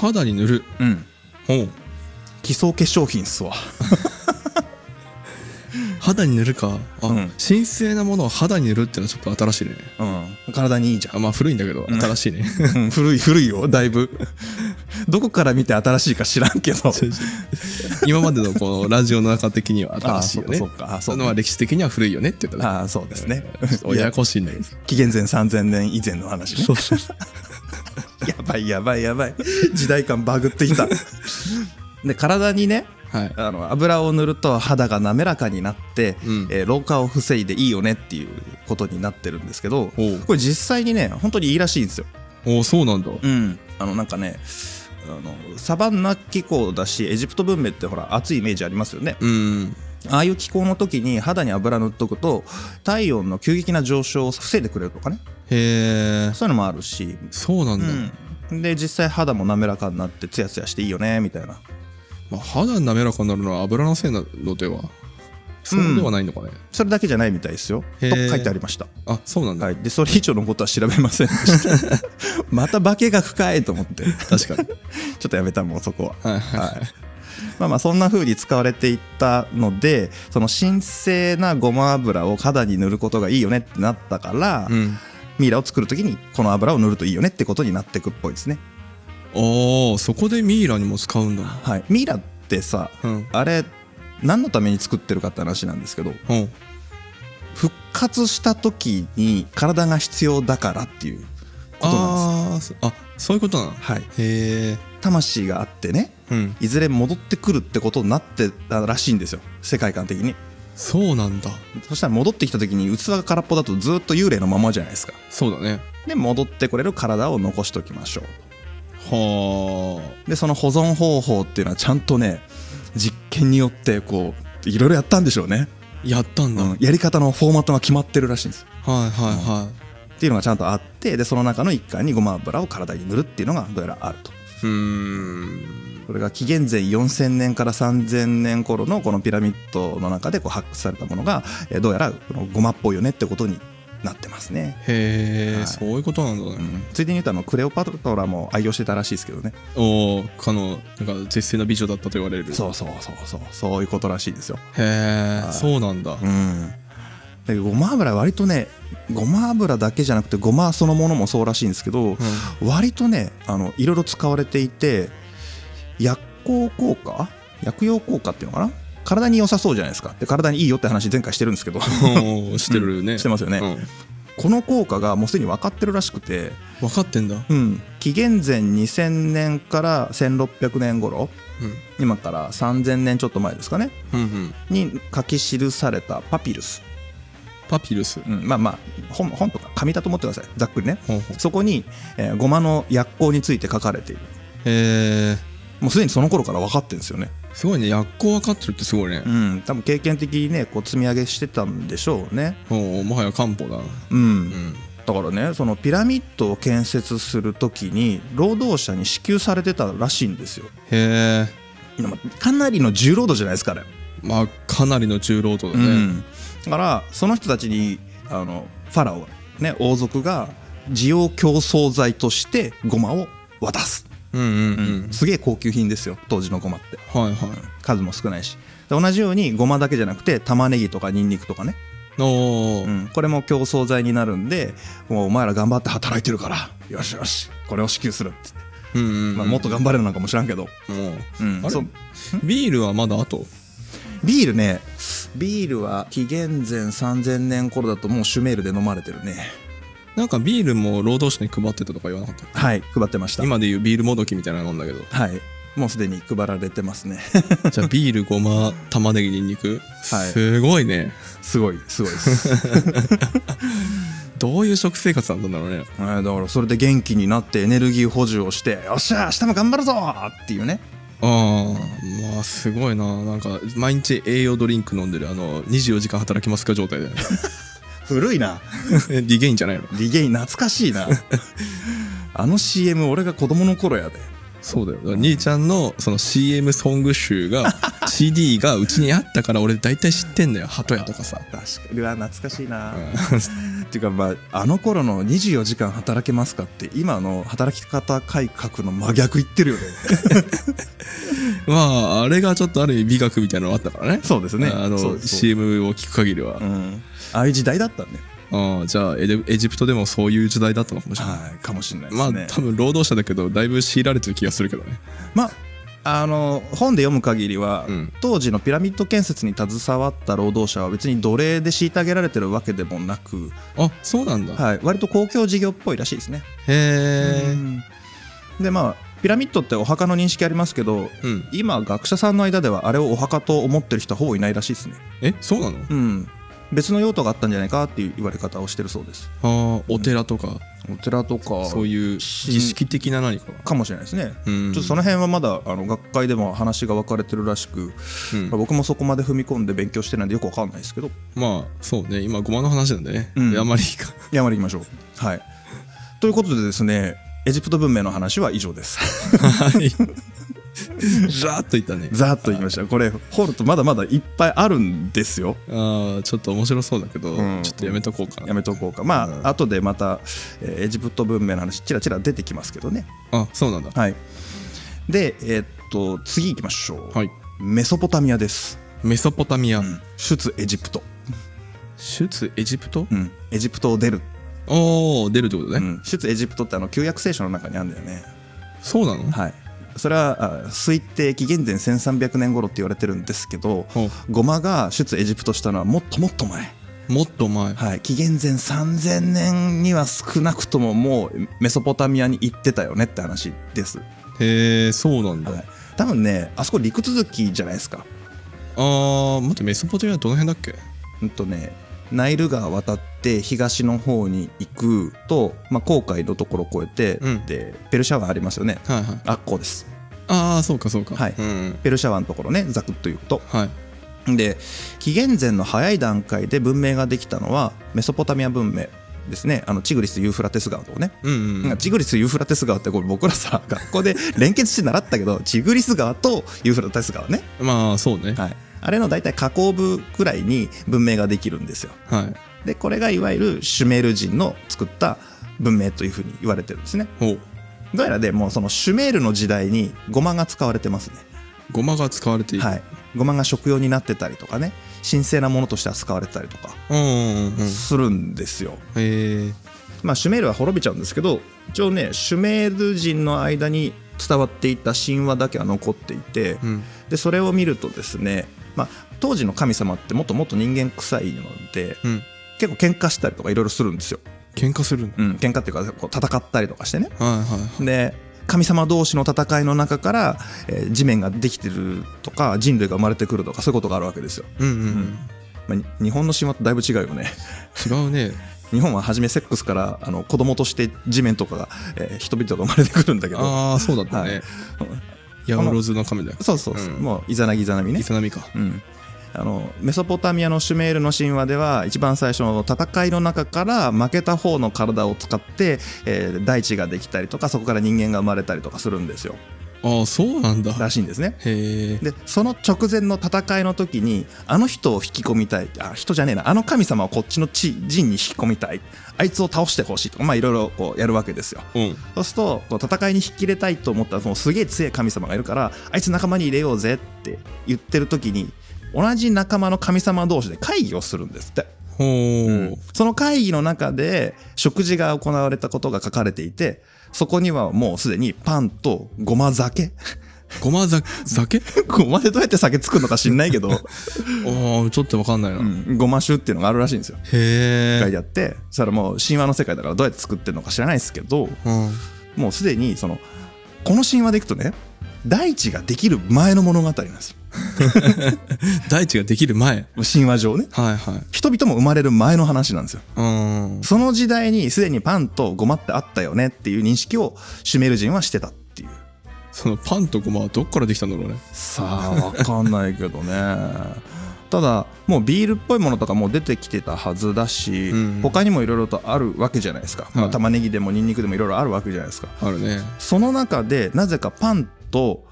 Speaker 2: 肌に塗る
Speaker 3: うん、
Speaker 2: ほう
Speaker 3: 基礎化粧品っすわ
Speaker 2: 肌に塗るかあ、
Speaker 3: うん
Speaker 2: 神聖なものを肌に塗るってのはちょっと新しいね
Speaker 3: うん体にいいじゃん
Speaker 2: あまあ古いんだけど
Speaker 3: ん
Speaker 2: 新しいね、
Speaker 3: うん古い古いよだいぶ どこから見て新しいか知らんけ ど
Speaker 2: 今までのこのラジオの中的には新しいよね
Speaker 3: あそうかそうかあそう
Speaker 2: そ
Speaker 3: か
Speaker 2: のは歴史的には古いよねって言ったね
Speaker 3: ああそうですね
Speaker 2: ちょっとややこし いんだけど
Speaker 3: 紀元前3000年以前の話ね
Speaker 2: そうそう
Speaker 3: やばいやばいやばい時代感バグってきた で体にね
Speaker 2: はい
Speaker 3: あの油を塗ると肌が滑らかになって、
Speaker 2: うん
Speaker 3: えー老化を防いでいいよねっていうことになってるんですけど
Speaker 2: おう
Speaker 3: これ実際にね本当にいいらしいんですよ。
Speaker 2: おおそうなんだ
Speaker 3: うん、あのなんかねあのサバンナ気候だしエジプト文明ってほら暑いイメージありますよね。
Speaker 2: うん
Speaker 3: ああいう気候の時に肌に油塗っとくと体温の急激な上昇を防いでくれるとかね
Speaker 2: へえ
Speaker 3: そういうのもあるし、
Speaker 2: そうなんだ、
Speaker 3: うん、で実際肌も滑らかになってツヤツヤしていいよねみたいな
Speaker 2: まあ、肌滑らかになるのは油のせいなのではそうではないのかね、
Speaker 3: それだけじゃないみたいですよと
Speaker 2: へー
Speaker 3: 書いてありました。
Speaker 2: あそうなんだ、
Speaker 3: はい、でそれ以上のことは調べませんで したまた化けが深いと思ってちょ
Speaker 2: 確かに
Speaker 3: っとやめたもんそこは、
Speaker 2: はいはい
Speaker 3: はい、まあまあそんな風に使われていったのでその神聖なごま油を肌に塗ることがいいよねってなったから、
Speaker 2: うん
Speaker 3: ミイラを作る時にこの油を塗るといいよねってことになってくっぽいですね、
Speaker 2: ああそこでミイラにも使うんだ
Speaker 3: はい、ミイラってさ
Speaker 2: うん
Speaker 3: あれ何のために作ってるかって話なんですけど
Speaker 2: うん
Speaker 3: 復活した時に体が必要だからっていうことなんで
Speaker 2: あーそあそういうことなの
Speaker 3: すはい
Speaker 2: へえ
Speaker 3: 魂があってね
Speaker 2: うん
Speaker 3: いずれ戻ってくるってことになってたらしいんですよ世界観的に
Speaker 2: そうなんだ
Speaker 3: そしたら戻ってきた時に器が空っぽだとずっと幽霊のままじゃないですか
Speaker 2: そうだね
Speaker 3: で戻ってこれる体を残しておきましょ
Speaker 2: は
Speaker 3: うでその保存方法っていうのはちゃんとね実験によってこういろいろやったんでしょうね、
Speaker 2: あやったん
Speaker 3: う
Speaker 2: だ、
Speaker 3: ん、やり方のフォーマットが決まってるらしいんです
Speaker 2: はいはいは
Speaker 3: っていうのがちゃんとあってでその中の一環にごま油を体に塗るっていうのがどうやらあると
Speaker 2: いうーん
Speaker 3: これが紀元前4000年から3000年頃のこのピラミッドの中でこう発掘されたものがえーどうやらこのゴマっぽいよねってことになってますね、
Speaker 2: へえ、
Speaker 3: はい
Speaker 2: そういうことなんだ
Speaker 3: う
Speaker 2: ね、
Speaker 3: ん、ついでに言うとあのクレオパトラも愛用してたらしいですけどね
Speaker 2: おおかのなんか絶世の美女だったと言われる
Speaker 3: そうそうそうそうそういうことらしいですよ
Speaker 2: へえ、
Speaker 3: い
Speaker 2: そうなんだ、
Speaker 3: うんでごま油割とねごま油だけじゃなくてごまそのものもそうらしいんですけど、割とねあのいろいろ使われていて薬効効果薬用効果っていうのかな体に良さそうじゃないですかで体にいいよって話前回してるんですけど
Speaker 2: うん、おーしてるね、
Speaker 3: してますよね、
Speaker 2: うん
Speaker 3: この効果がもうすでに分かってるらしくて、
Speaker 2: 分かってんだ、
Speaker 3: うん、紀元前2000年から1600年頃
Speaker 2: う
Speaker 3: 今から3000年ちょっと前ですかね
Speaker 2: ん、うんうん
Speaker 3: に書き記されたパピルス、
Speaker 2: パピルス
Speaker 3: うん、まあまあ本本とか紙だと思ってくださいざっくりね
Speaker 2: ほうほう
Speaker 3: そこに、えーゴマの薬効について書かれている
Speaker 2: え
Speaker 3: もうすでにその頃から分かってるんですよね
Speaker 2: ー、すごいね薬効分かってるってすごいね
Speaker 3: う、ん多分経験的にねこう積み上げしてたんでしょうね
Speaker 2: もうもはや漢方だな
Speaker 3: うん
Speaker 2: うん
Speaker 3: だからねそのピラミッドを建設する時に労働者に支給されてたらしいんですよ
Speaker 2: へえ
Speaker 3: まあかなりの重労働じゃないですかね、
Speaker 2: まあかなりの重労働
Speaker 3: う
Speaker 2: だね、
Speaker 3: ん、だからその人たちにあのファラオがね王族が需要競争剤としてゴマを渡す、
Speaker 2: うん、うんうんうん
Speaker 3: すげえ高級品ですよ当時のゴマって
Speaker 2: はいはい
Speaker 3: 数も少ないしで同じようにゴマだけじゃなくて玉ねぎとかニンニクとかね、
Speaker 2: おお、
Speaker 3: うん、これも競争剤になるんでもうお前ら頑張って働いてるからよしよしこれを支給するっつって、
Speaker 2: うんうんうん
Speaker 3: まあ、もっと頑張れるのかもしらんけど、
Speaker 2: もう
Speaker 3: うん
Speaker 2: あれ
Speaker 3: そう
Speaker 2: ビールはまだあと
Speaker 3: ビールねビールは紀元前3000年頃だともうシュメールで飲まれてるね
Speaker 2: なんかビールも労働者に配ってたとか言わなかった
Speaker 3: はい配ってました
Speaker 2: 今でいうビールもどきみたいなもんだ けど
Speaker 3: はいもうすでに配られてますね
Speaker 2: じゃあビールごま玉ねぎにんにく
Speaker 3: はい
Speaker 2: すごいね
Speaker 3: すごいすごいです
Speaker 2: どういう食生活なんだろうね
Speaker 3: えーだからそれで元気になってエネルギー補充をしてよっしゃ明日も頑張るぞっていうね
Speaker 2: ああまあすごいななんか毎日栄養ドリンク飲んでるあの24時間働きますか状態 で
Speaker 3: 古いな
Speaker 2: えリゲインじゃないの
Speaker 3: リゲイン懐かしい なあの CM 俺が子供の頃やで
Speaker 2: そうだよだから兄ちゃんのその CM ソング集 が CD がうちにあったから俺大体知ってんだよ鳩屋とかさ、
Speaker 3: 確かにうわ懐かしいな、
Speaker 2: うん
Speaker 3: っていうかまああの頃の24時間働けますかって今の働き方改革の真逆言ってるよね
Speaker 2: まああれがちょっとある意味美学みたいなのがあったからね
Speaker 3: そうですね
Speaker 2: あ
Speaker 3: そう
Speaker 2: の
Speaker 3: です
Speaker 2: CM を聞く限りは、
Speaker 3: うんああいう時代だったね
Speaker 2: ああじゃあエジエジプトでもそういう時代だったのかもしれない、
Speaker 3: はいかもしれないで
Speaker 2: ますあ
Speaker 3: ね
Speaker 2: 多分労働者だけどだいぶ強いられてる気がするけどね
Speaker 3: まああの本で読む限りは、
Speaker 2: うん
Speaker 3: 当時のピラミッド建設に携わった労働者は別に奴隷で虐げられてるわけでもなく、
Speaker 2: あそうなんだ、
Speaker 3: はい、割と公共事業っぽいらしいですね。
Speaker 2: へえ
Speaker 3: うんでまあピラミッドってお墓の認識ありますけど
Speaker 2: うん
Speaker 3: 今学者さんの間ではあれをお墓と思ってる人はほぼいないらしいですね。
Speaker 2: えそうなの
Speaker 3: うん別の用途があったんじゃないかっていう言われ方をしてるそうです。
Speaker 2: ああお寺とか、
Speaker 3: お寺とか
Speaker 2: そういう儀式的な何か
Speaker 3: かもしれないですね。
Speaker 2: うん
Speaker 3: ちょっとその辺はまだあの学会でも話が分かれてるらしく、
Speaker 2: うん
Speaker 3: まあ僕もそこまで踏み込んで勉強してないんでよくわかんないですけど
Speaker 2: まあそうね今ごまの話なんでね、
Speaker 3: うん
Speaker 2: あまりいい か
Speaker 3: 山でいきましょうはいということでですねエジプト文明の話は以上です
Speaker 2: はいざーっといったね
Speaker 3: ざーっと言いましたこれ掘るとまだまだいっぱいあるんですよ
Speaker 2: ああちょっと面白そうだけど、
Speaker 3: うん
Speaker 2: ちょっとやめとこうかな
Speaker 3: やめとこうかまあ、後でまた、えーエジプト文明の話ちらちら出てきますけどね
Speaker 2: あそうなんだ
Speaker 3: はいでえーっと次行きましょう、
Speaker 2: はい
Speaker 3: メソポタミアです、
Speaker 2: メソポタミア、
Speaker 3: うん、出エジプト、
Speaker 2: 出エジプト、
Speaker 3: うん、エジプトを出る、
Speaker 2: おお出るってことね、
Speaker 3: うん、出エジプトってあの旧約聖書の中にあるんだよね
Speaker 2: そうなの、
Speaker 3: はい、それはあ推定紀元前1300年頃って言われてるんですけど
Speaker 2: ほう
Speaker 3: ゴマが出エジプトしたのはもっともっと前、
Speaker 2: もっと前
Speaker 3: はい、紀元前3000年には少なくとももうメソポタミアに行ってたよねって話です、は
Speaker 2: へえそうなんだ、
Speaker 3: い、多分ねあそこ陸続きじゃないですか
Speaker 2: あー待ってメソポタミアどの辺だっけ
Speaker 3: うんとねナイル川渡って東の方に行くと、まあ、航海のところ越えて、
Speaker 2: うん
Speaker 3: でペルシャ湾ありますよね
Speaker 2: はいはい
Speaker 3: あっこうです
Speaker 2: ああそうかそうか
Speaker 3: はい
Speaker 2: うんうん、
Speaker 3: ペルシャ湾のところねざくっと言うと
Speaker 2: はい
Speaker 3: で紀元前の早い段階で文明ができたのはメソポタミア文明ですねあのチグリス・ユーフラテス川とかね、
Speaker 2: うんうん
Speaker 3: チグリス・ユーフラテス川ってこれ僕らさ学校で連結して習ったけどチグリス川とユーフラテス川ね、
Speaker 2: まあそうね
Speaker 3: はい、あれの大体河口部くらいに文明ができるんですよ
Speaker 2: はい
Speaker 3: でこれがいわゆるシュメール人の作った文明というふうに言われてるんですね
Speaker 2: ほう
Speaker 3: どうやらでもうそのシュメールの時代にゴマが使われてますね
Speaker 2: ごまが使われている、
Speaker 3: はいゴマが食用になってたりとかね神聖なものとして扱われてたりとか
Speaker 2: うんうんうん
Speaker 3: するんですよ。
Speaker 2: へえ
Speaker 3: まあ、シュメールは滅びちゃうんですけど一応ねシュメール人の間に伝わっていた神話だけは残っていて
Speaker 2: うん
Speaker 3: でそれを見るとですね、まあ、当時の神様ってもっともっと人間臭いので
Speaker 2: うん
Speaker 3: 結構喧嘩したりとかいろいろするんですよ。
Speaker 2: 喧嘩するんだ
Speaker 3: うん、喧嘩っていうかこう戦ったりとかしてね。
Speaker 2: はいはい
Speaker 3: で神様同士の戦いの中から、えー地面ができてるとか人類が生まれてくるとかそういうことがあるわけですよ。
Speaker 2: うんうん、
Speaker 3: まあに日本の神話とだいぶ違うよね。
Speaker 2: 違うね
Speaker 3: 日本は初めセックスからあの子供として地面とかが、えー人々が生まれてくるんだけど
Speaker 2: ああそうだったね、ヤオロズの神だよ
Speaker 3: そうそうそう、
Speaker 2: うん
Speaker 3: もうイザナギイザナミね
Speaker 2: イ、サナミか
Speaker 3: うん、あのメソポタミアのシュメールの神話では一番最初の戦いの中から負けた方の体を使って、えー大地ができたりとかそこから人間が生まれたりとかするんですよ
Speaker 2: ああそうなんだ
Speaker 3: らしいんですね
Speaker 2: へえ
Speaker 3: でその直前の戦いの時にあの人を引き込みたいあ人じゃねえなあの神様をこっちの地陣に引き込みたいあいつを倒してほしいとかまあいろいろこうやるわけですよ
Speaker 2: うん
Speaker 3: そうするとこう戦いに引き入れたいと思ったらそのすげえ強い神様がいるからあいつ仲間に入れようぜって言ってる時に同じ仲間の神様同士で会議をするんですって、
Speaker 2: ほう、
Speaker 3: その会議の中で食事が行われたことが書かれていてそこにはもうすでにパンとごま酒
Speaker 2: ごまざ酒
Speaker 3: ごまでどうやって酒作るのか知んないけ ど、
Speaker 2: ああちょっとわかんないな、
Speaker 3: うんごま酒っていうのがあるらしいんですよ
Speaker 2: へ
Speaker 3: 書い
Speaker 2: え
Speaker 3: てあってそれはもう神話の世界だからどうやって作ってるのか知らないですけど
Speaker 2: うん
Speaker 3: もうすでにそのこの神話でいくとね大地ができる前の物語なんですよ
Speaker 2: 大地ができる前
Speaker 3: 神話上ね
Speaker 2: はいはい
Speaker 3: 人々も生まれる前の話なんですよ
Speaker 2: うん
Speaker 3: その時代にすでにパンとゴマってあったよねっていう認識をシュメール人はしてたっていう
Speaker 2: そのパンとごまはどっからできたんだろうね
Speaker 3: さあ分かんないけどね ただもうビールっぽいものとかもう出てきてたはずだし、
Speaker 2: うん
Speaker 3: 他にもいろいろとあるわけじゃないですか、ま
Speaker 2: は
Speaker 3: あ、
Speaker 2: い
Speaker 3: 玉ねぎでもニンニクでもいろいろあるわけじゃないですか
Speaker 2: あるね
Speaker 3: その中でなぜかパンと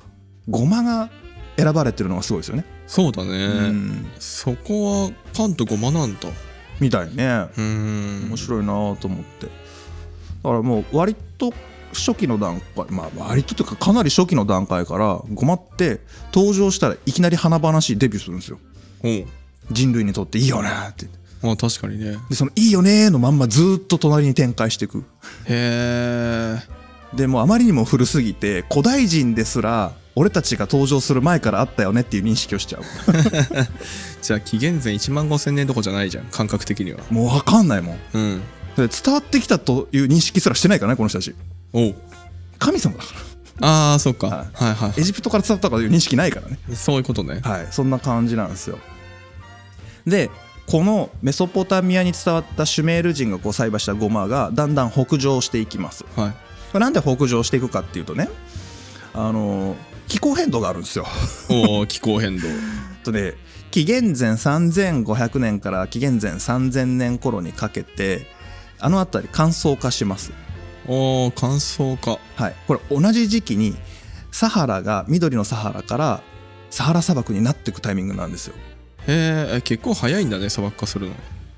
Speaker 3: ごまが選ばれてるのがすごいですよね、
Speaker 2: そうだね、
Speaker 3: うん
Speaker 2: そこはパンとごまなんだ
Speaker 3: みたいね
Speaker 2: うーん
Speaker 3: 面白いなと思ってだからもう割と初期の段階まあ割とというかかなり初期の段階からごまって登場したらいきなり華々しいデビューするんですよ
Speaker 2: うん
Speaker 3: 人類にとっていいよねって
Speaker 2: まあ確かにね
Speaker 3: でその「いいよね」のまんまずーっと隣に展開していく
Speaker 2: へえ
Speaker 3: でもうあまりにも古すぎて古代人ですら俺たちが登場する前からあったよねっていう認識をしちゃう
Speaker 2: じゃあ紀元前1万5千年どこじゃないじゃん感覚的には
Speaker 3: もう分かんないもん
Speaker 2: うん
Speaker 3: で伝わってきたという認識すらしてないからねこの人たち
Speaker 2: おう
Speaker 3: 神様だから
Speaker 2: ああそっか、
Speaker 3: は
Speaker 2: はい、はい
Speaker 3: エジプトから伝わったとかいう認識ないからね
Speaker 2: そういうことね
Speaker 3: はいそんな感じなんですよでこのメソポタミアに伝わったシュメール人がこう栽培したゴマがだんだん北上していきます
Speaker 2: はい
Speaker 3: なんで北上していくかっていうとねあの気候変動があるんですよ
Speaker 2: おお気候変動
Speaker 3: とね紀元前3500年から紀元前3000年頃にかけてあの辺り乾燥化します
Speaker 2: おお乾燥か
Speaker 3: はい、これ同じ時期にサハラが緑のサハラからサハラ砂漠になっていくタイミングなんですよ。
Speaker 2: へえ結構早いんだね砂漠化するの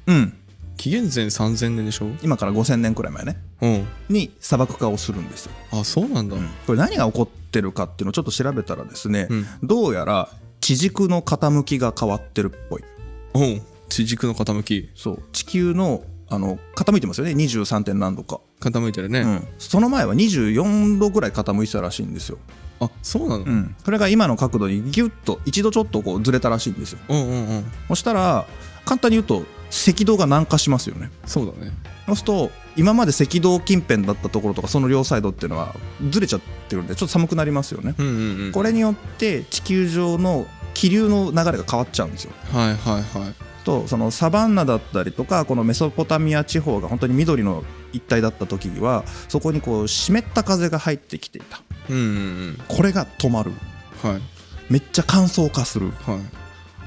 Speaker 3: うん、
Speaker 2: 紀元前3000年でしょ
Speaker 3: 今から5000年くらい前ね
Speaker 2: うん
Speaker 3: に砂漠化をするんですよ。
Speaker 2: あそうなんだ、
Speaker 3: これ何が起こってるかっていうのをちょっと調べたらですね、
Speaker 2: うん
Speaker 3: どうやら地軸の傾きが変わってるっぽい。
Speaker 2: うん地軸の傾き
Speaker 3: そう地球のあの傾いてますよね 23. 点何度か、
Speaker 2: 傾いてるね、
Speaker 3: うん、その前は24度ぐらい傾いてたらしいんですよ、
Speaker 2: あそうなの、
Speaker 3: うん、それが今の角度にギュッと一度ちょっとこうずれたらしいんですよ
Speaker 2: うんうんうん
Speaker 3: そしたら簡単に言うと赤道が南下しますよね
Speaker 2: そうだね
Speaker 3: そうすると今まで赤道近辺だったところとかその両サイドっていうのはずれちゃってるんでちょっと寒くなりますよね
Speaker 2: うんうんうん
Speaker 3: これによって地球上の気流の流れが変わっちゃうんですよ
Speaker 2: はいはいはい
Speaker 3: とそのサバンナだったりとかこのメソポタミア地方が本当に緑の一帯だった時にはそこにこう湿った風が入ってきていた
Speaker 2: うんうんうん
Speaker 3: これが止まる
Speaker 2: はい
Speaker 3: めっちゃ乾燥化する
Speaker 2: は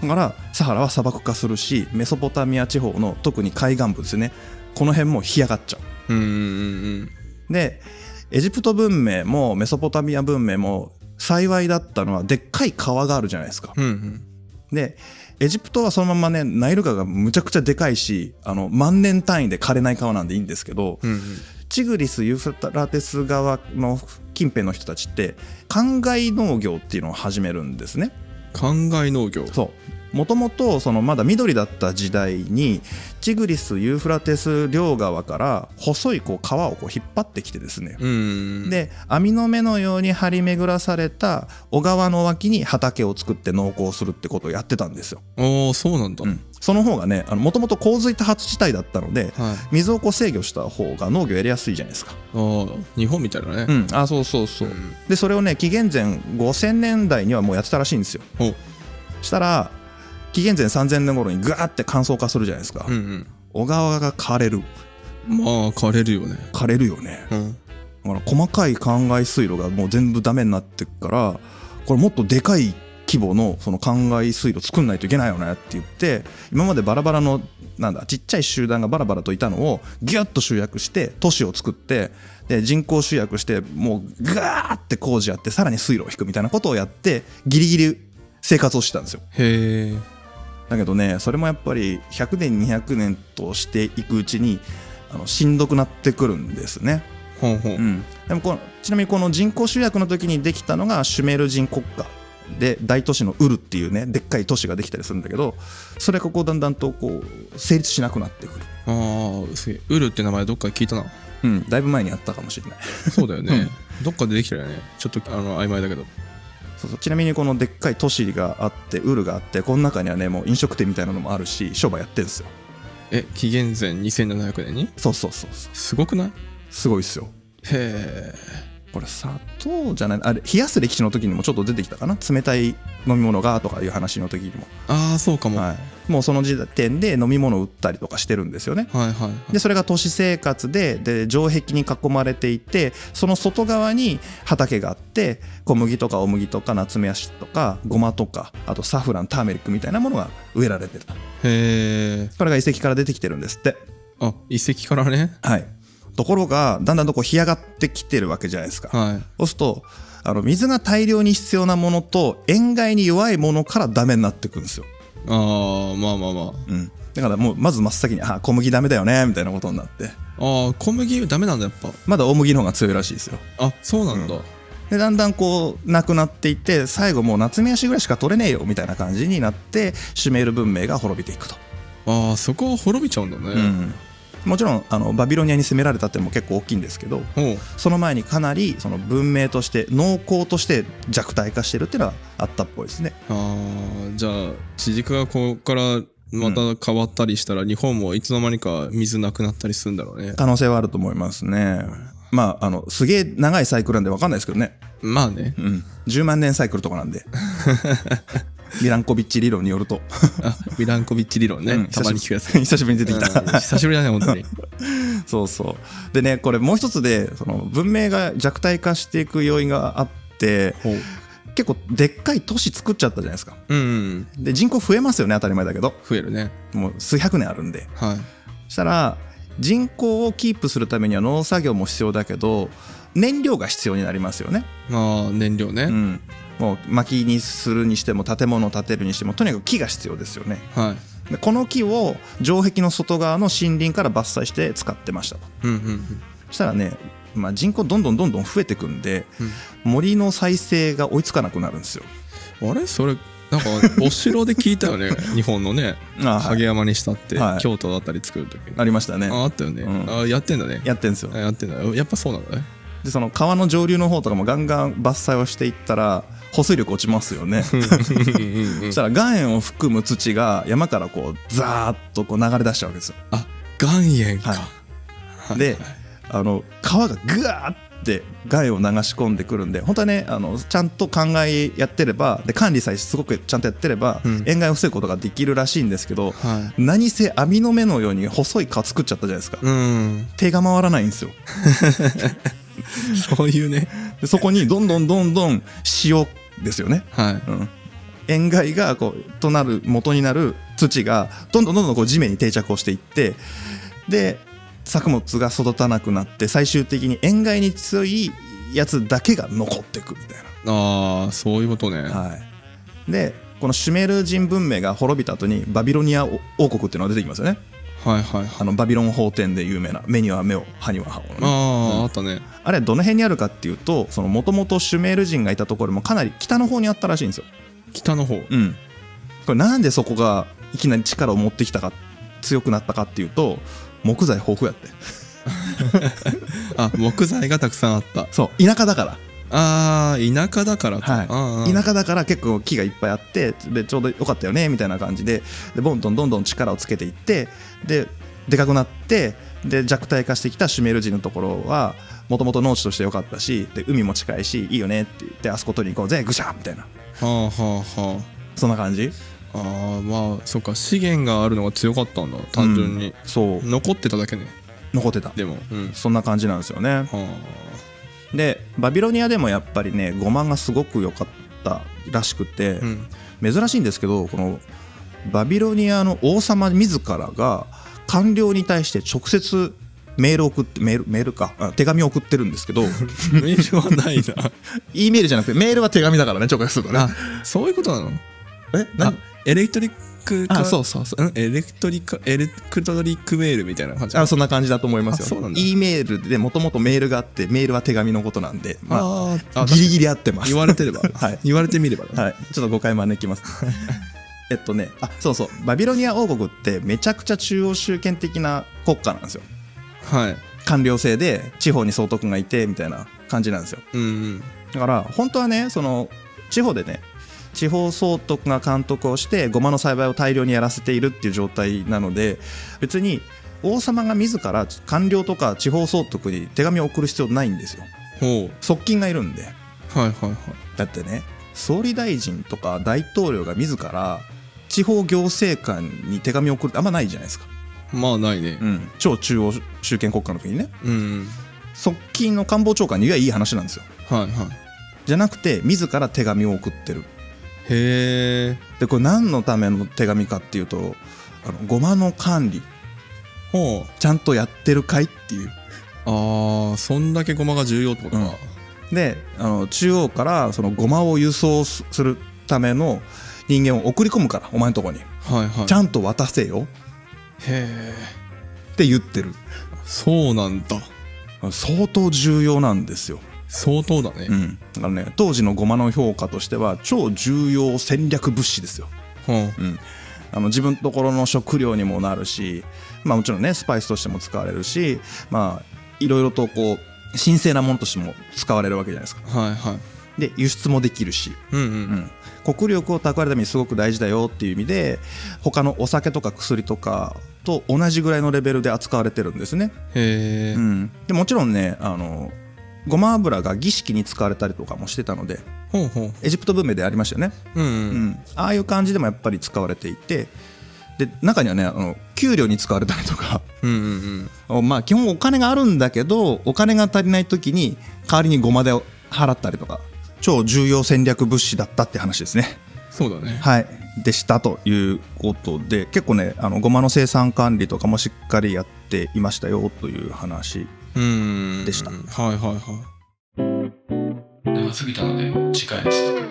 Speaker 2: い
Speaker 3: だからサハラは砂漠化するしメソポタミア地方の特に海岸部ですねこの辺も干上がっちゃ
Speaker 2: うんうんうん
Speaker 3: うでエジプト文明もメソポタミア文明も幸いだったのはでっかい川があるじゃないですか
Speaker 2: うんうんうん
Speaker 3: でエジプトはそのままねナイル川がむちゃくちゃでかいしあの万年単位で枯れない川なんでいいんですけど、
Speaker 2: うん
Speaker 3: チグリス・ユーフラテス川の近辺の人たちって灌漑農業っていうのを始めるんですね
Speaker 2: 灌漑農業
Speaker 3: そうもともとそのまだ緑だった時代にチグリスユーフラテス両側から細いこう川をこう引っ張ってきてですね、
Speaker 2: うんうんうん
Speaker 3: で網の目のように張り巡らされた小川の脇に畑を作って農耕するってことをやってたんですよ、
Speaker 2: おおそうなんだ、
Speaker 3: うんその方がねもともと洪水多発地帯だったので
Speaker 2: はい
Speaker 3: 水をこう制御した方が農業やりやすいじゃないですか、
Speaker 2: ああ日本みたいだ
Speaker 3: う
Speaker 2: ね
Speaker 3: ん、あそうそうそう、
Speaker 2: ん
Speaker 3: でそれをね紀元前5000年代にはもうやってたらしいんですよ
Speaker 2: ほう
Speaker 3: したら紀元前3000年頃にぐわーって乾燥化するじゃないですか、
Speaker 2: うんうん
Speaker 3: 小川が枯れる
Speaker 2: まあ枯れるよね
Speaker 3: 枯れるよね
Speaker 2: うん
Speaker 3: だから細かい灌漑水路がもう全部ダメになってくからこれもっとでかい規模のその灌漑水路作んないといけないよねって言って今までバラバラのなんだちっちゃい集団がバラバラといたのをギュッと集約して都市を作ってで人口集約してもうガーって工事やってさらに水路を引くみたいなことをやってギリギリ生活をしてたんですよ
Speaker 2: へえ
Speaker 3: だけどねそれもやっぱり100年200年としていくうちにあのしんどくなってくるんですね
Speaker 2: ほんほん、
Speaker 3: うん、でもこのちなみにこの人口集約の時にできたのがシュメール人国家で大都市のウルっていうねでっかい都市ができたりするんだけどそれがこうだんだんとこう成立しなくなってくる、
Speaker 2: ああすげえウルって名前どっかで聞いたな
Speaker 3: うん、だいぶ前にあったかもしれない
Speaker 2: そうだよね、どっかでできたよねちょっとあの曖昧だけど
Speaker 3: そうそうちなみにこのでっかい都市があってウルがあってこの中にはねもう飲食店みたいなのもあるし商売やってるんですよ
Speaker 2: え紀元前2700年に
Speaker 3: そうそうそうそう
Speaker 2: すごくない
Speaker 3: すごいっすよ
Speaker 2: へ
Speaker 3: これ砂糖じゃないあれ冷やす歴史の時にもちょっと出てきたかな冷たい飲み物がとかいう話の時にも
Speaker 2: えああそうかも、はい、
Speaker 3: はい、もうその時点で飲み物を売ったりとかしてるんですよね。
Speaker 2: はいはい
Speaker 3: でそれが都市生活でで城壁に囲まれていてその外側に畑があって小麦とかお麦とかナツメヤシとかゴマとかあとサフランターメリックみたいなものが植えられてた
Speaker 2: へえ
Speaker 3: それが遺跡から出てきてるんですって
Speaker 2: あ遺跡からね
Speaker 3: はいところがだんだんとこう干上がってきてるわけじゃないですか、
Speaker 2: はい
Speaker 3: そうするとあの水が大量に必要なものと塩害に弱いものからダメになってくるんですよ
Speaker 2: ああまあまあまあ
Speaker 3: うん、だからもうまず真っ先に「あ小麦ダメだよね」みたいなことになって
Speaker 2: ああ小麦ダメなんだやっぱ
Speaker 3: まだ大麦の方が強いらしいですよ
Speaker 2: あそうなんだ、
Speaker 3: でだんだんこうなくなっていって最後もう夏目足ぐらいしか取れねえよみたいな感じになってシュメール文明が滅びていくと、
Speaker 2: ああそこは滅びちゃうんだ
Speaker 3: う
Speaker 2: ね、
Speaker 3: んもちろんあのバビロニアに攻められたってのも結構大きいんですけど
Speaker 2: ほう
Speaker 3: その前にかなりその文明として農耕として弱体化してるっていうのはあったっぽいですね
Speaker 2: あーじゃあ地軸がここからまた変わったりしたら、日本もいつの間にか水なくなったりするんだろうね
Speaker 3: 可能性はあると思いますねまああのすげえ長いサイクルなんで分かんないですけどね
Speaker 2: まあね
Speaker 3: うん、10万年サイクルと かなんでミランコビッチ理論によると、
Speaker 2: あミランコビッチ理論ね、
Speaker 3: うん
Speaker 2: たまに聞くやつ
Speaker 3: 久しぶりに出てきた、
Speaker 2: うん久しぶりだね本 当に
Speaker 3: そうそうでねこれもう一つでその文明が弱体化していく要因があって
Speaker 2: ほう
Speaker 3: 結構でっかい都市作っちゃったじゃないですか
Speaker 2: うんうん
Speaker 3: で人口増えますよね当たり前だけど
Speaker 2: 増えるね
Speaker 3: もう数百年あるんで
Speaker 2: はい
Speaker 3: したら人口をキープするためには農作業も必要だけど燃料が必要になりますよね
Speaker 2: ああ燃料ね、
Speaker 3: うんもう薪にするにしても建物を建てるにしてもとにかく木が必要ですよね
Speaker 2: はい
Speaker 3: でこの木を城壁の外側の森林から伐採して使ってましたと
Speaker 2: うんうんうん
Speaker 3: そしたらね、まあ、人口どんどんどんどん増えてくんで、
Speaker 2: うん
Speaker 3: 森の再生が追いつかなくなるんですよ
Speaker 2: あれそれなんかお城で聞いたよね 日本のね
Speaker 3: あ、はい
Speaker 2: 影山にしたって、
Speaker 3: はい
Speaker 2: 京都だったり作る時に
Speaker 3: ありましたね
Speaker 2: ああったよね、
Speaker 3: うん
Speaker 2: あやってんだね
Speaker 3: やってんですよ
Speaker 2: あやってんだやっぱそうなんだね
Speaker 3: でその川の上流の方とかもガンガン伐採をしていったら保水力落ちます よねそ
Speaker 2: うんうんうん
Speaker 3: したら岩塩を含む土が山からこうザーッとこう流れ出しちゃうわけですよ
Speaker 2: あ岩塩か、
Speaker 3: はい
Speaker 2: はい
Speaker 3: であの川がぐわーって害を流し込んでくるんで本当はねあのちゃんと考えやってればで管理さえすごくちゃんとやってれば、
Speaker 2: うん
Speaker 3: 塩害を防ぐことができるらしいんですけど
Speaker 2: はい
Speaker 3: 何せ網の目のように細い川作っちゃったじゃないですか、
Speaker 2: うん
Speaker 3: 手が回らないんですよ
Speaker 2: そういうね
Speaker 3: でそこにどんどんどんどん塩ですよね、
Speaker 2: はい
Speaker 3: うん、塩害がこうとなる元になる土がどんどんどんどんこう地面に定着をしていってで作物が育たなくなって最終的に塩害に強いやつだけが残っていくみたい
Speaker 2: ああそういうことね、
Speaker 3: な、はい、でこのシュメール人文明が滅びた後にバビロニア王国っていうのが出てきますよね
Speaker 2: はいはいはい
Speaker 3: あのバビロン法典で有名な目には目を歯には歯をのね
Speaker 2: ああ、
Speaker 3: うん
Speaker 2: あったね
Speaker 3: あれはどの辺にあるかっていうともともとシュメール人がいたところもかなり北の方にあったらしいんですよ
Speaker 2: 北の方
Speaker 3: うん、これなんでそこがいきなり力を持ってきたか強くなったかっていうと木材豊富やって
Speaker 2: あ木材がたくさんあった
Speaker 3: そう田舎だから、
Speaker 2: あー田舎だからか、あー
Speaker 3: 田舎だから結構木がいっぱいあってでちょうどよかったよねみたいな感じででどんどんどんどん力をつけていってででかくなってで弱体化してきたシュメール人のところはもともと農地としてよかったしで海も近いしいいよねって言ってあそこ取りに行こうぜぐしゃみたいな
Speaker 2: はあはあは
Speaker 3: そんな感じ
Speaker 2: あああまあそっか資源があるのが強かったんだ単純に、
Speaker 3: そう
Speaker 2: 残ってただけね
Speaker 3: 残ってた
Speaker 2: でもうん
Speaker 3: そんな感じなんですよね
Speaker 2: は
Speaker 3: でバビロニアでもやっぱりね5万がすごく良かったらしくて、
Speaker 2: あう ん
Speaker 3: 珍しいんですけどこのバビロニアの王様自らが官僚に対して直接メールを送ってメールメールかあ手紙を送ってるんです けど
Speaker 2: メールはないな
Speaker 3: E メールじゃなくてメールは手紙だからね直接するとね
Speaker 2: あそういうことなの
Speaker 3: え
Speaker 2: あ
Speaker 3: 何
Speaker 2: エレクトリック
Speaker 3: あそううそうそう
Speaker 2: エレクトリカエレクトリックメールみたいな感じ
Speaker 3: あそんな感じだと思いますよ
Speaker 2: あそうなんだ
Speaker 3: E メールでもともとメールがあってメールは手紙のことなんで、ま
Speaker 2: あー
Speaker 3: あ、
Speaker 2: あ
Speaker 3: ギリギリ合ってます
Speaker 2: 言われ てれば、
Speaker 3: はい
Speaker 2: 言われてみれば、ね
Speaker 3: はい、ちょっと誤解招きます。えっとね、あそうそう、バビロニア王国ってめちゃくちゃ中央集権的な国家なんですよ。
Speaker 2: はい、
Speaker 3: 官僚制で地方に総督がいてみたいな感じなんですよ。
Speaker 2: うんうん
Speaker 3: だから本当はね、その地方でね、地方総督が監督をしてごまの栽培を大量にやらせているっていう状態なので、別に王様が自ら官僚とか地方総督に手紙を送る必要ないんですよ。
Speaker 2: ほ
Speaker 3: 側近がいるんで。
Speaker 2: うはいはいはい
Speaker 3: だってね総理大臣とか大統領が自ら地方行政官に手紙を送るってあんまないじゃないですか、
Speaker 2: まあないね
Speaker 3: うん、超中央集権国家の国にね
Speaker 2: うん、うん、
Speaker 3: 側近の官房長官に言えばいい話なんですよ
Speaker 2: はいは
Speaker 3: じゃなくて自ら手紙を送ってる
Speaker 2: いへえ
Speaker 3: でこれ何のための手紙かっていうとあのごまの管理
Speaker 2: ほう
Speaker 3: ちゃんとやってるかいっていう
Speaker 2: あーそんだけゴマが重要ってことか、
Speaker 3: うんであの中央からそのごまを輸送すするための人間を送り込むからお前のとこに
Speaker 2: はいはい
Speaker 3: ちゃんと渡せよ
Speaker 2: へえ
Speaker 3: って言ってる
Speaker 2: そうなんだ
Speaker 3: 相当重要なんですよ、
Speaker 2: 相当だね、
Speaker 3: うん、だからね当時のゴマの評価としては超重要戦略物資ですよ、
Speaker 2: ほう
Speaker 3: うん、あの自分のところの食料にもなるし、まあ、もちろんねスパイスとしても使われるしまあいろいろとこう神聖なものとしても使われるわけじゃないですか
Speaker 2: はいはい
Speaker 3: で輸出もできるし、
Speaker 2: うん
Speaker 3: う
Speaker 2: うん
Speaker 3: ん、国力を蓄えるためにすごく大事だよっていう意味で他のお酒とか薬とかと同じぐらいのレベルで扱われてるんですね
Speaker 2: へえ、
Speaker 3: うん、でもちろんねあのごま油が儀式に使われたりとかもしてたので
Speaker 2: ほうほう
Speaker 3: エジプト文明でありましたよね、
Speaker 2: うん
Speaker 3: う
Speaker 2: うん
Speaker 3: ん、ああいう感じでもやっぱり使われていてで中にはねあの給料に使われたりとか
Speaker 2: うんうん
Speaker 3: まあ基本お金があるんだけどお金が足りない時に代わりにごまで払ったりとか超重要戦略物資だったって話ですね。
Speaker 2: そうだね
Speaker 3: はい、でしたということで結構ねあのごまの生産管理とかもしっかりやっていましたよという話
Speaker 2: うん
Speaker 3: でした
Speaker 2: はいはいはい
Speaker 4: 長すぎたので次回へ続く